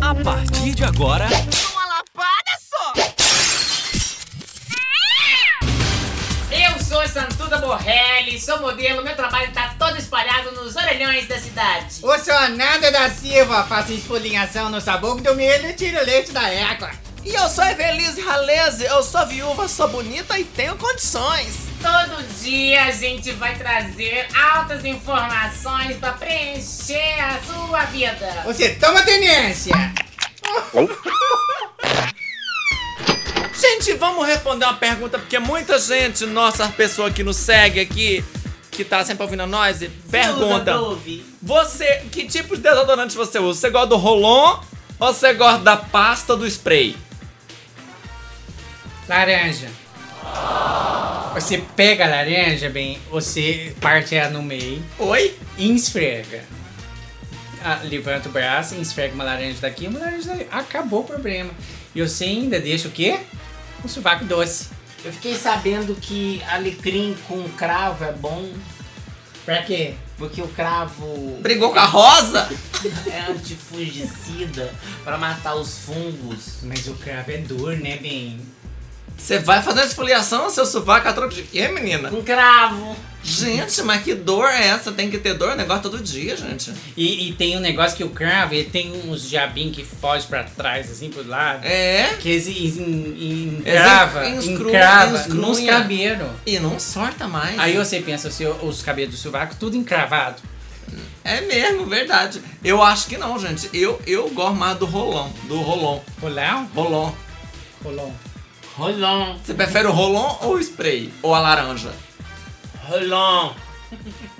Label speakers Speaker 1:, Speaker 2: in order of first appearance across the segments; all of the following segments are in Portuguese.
Speaker 1: A partir de agora,
Speaker 2: Uma lapada só!
Speaker 3: Eu sou Santuda Borrelli, sou modelo, meu trabalho tá todo espalhado nos orelhões da cidade.
Speaker 2: O seu Nanda da Silva faz esfolinhação no sabor do milho e tira o leite da égua.
Speaker 4: E eu sou Evelise Raleze, eu sou viúva, sou bonita e tenho condições.
Speaker 3: Todo dia a gente vai trazer altas informações pra preencher a sua vida.
Speaker 2: Você toma tenência!
Speaker 4: Gente, vamos responder uma pergunta, porque muita gente, nossa pessoa que nos segue aqui, que tá sempre ouvindo nós, pergunta. Você, que tipo de desodorante você usa? Você gosta do Rolon ou você gosta da pasta do spray?
Speaker 2: Laranja. Você pega a laranja, bem, você parte ela no meio
Speaker 4: Oi?
Speaker 2: e esfrega. Ah, levanta o braço e esfrega uma laranja daqui e uma laranja dali. Acabou o problema. E você ainda deixa o quê? Um sovaco doce.
Speaker 5: Eu fiquei sabendo que alecrim com cravo é bom,
Speaker 2: Pra quê?
Speaker 5: porque o cravo
Speaker 4: Brigou com a rosa?
Speaker 5: é antifungicida pra matar os fungos.
Speaker 2: Mas o cravo é dor, né, bem?
Speaker 4: Você vai fazer esfoliação no seu sovaco a troco de quê, menina?
Speaker 5: Com cravo.
Speaker 4: Gente, mas que dor é essa? Tem que ter dor, negócio todo dia, gente.
Speaker 2: E, e tem um negócio que o cravo, ele tem uns jabim que foge pra trás, assim, pro lado.
Speaker 4: É?
Speaker 2: Que eles en- en-
Speaker 4: Eles
Speaker 2: encrava,
Speaker 4: encru-
Speaker 2: encrava
Speaker 4: encrunha.
Speaker 2: nos cabelos.
Speaker 4: E não sorta mais.
Speaker 2: Aí você pensa, assim, os cabelos do sovaco, tudo encravado.
Speaker 4: É mesmo, verdade. Eu acho que não, gente. Eu, eu gosto mais do rolão. Do rolon.
Speaker 2: Rolão?
Speaker 4: Rolon.
Speaker 2: Rolão.
Speaker 5: Rolon.
Speaker 4: Você prefere o rolon ou o spray? Ou a laranja?
Speaker 5: Rolon.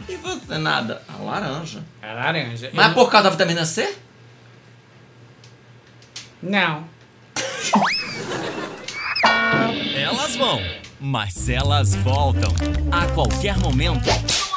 Speaker 4: E você nada? A laranja.
Speaker 2: A laranja.
Speaker 4: Mas
Speaker 2: Eu-
Speaker 4: por causa da vitamina C?
Speaker 2: Não.
Speaker 1: elas vão, mas elas voltam. A qualquer momento,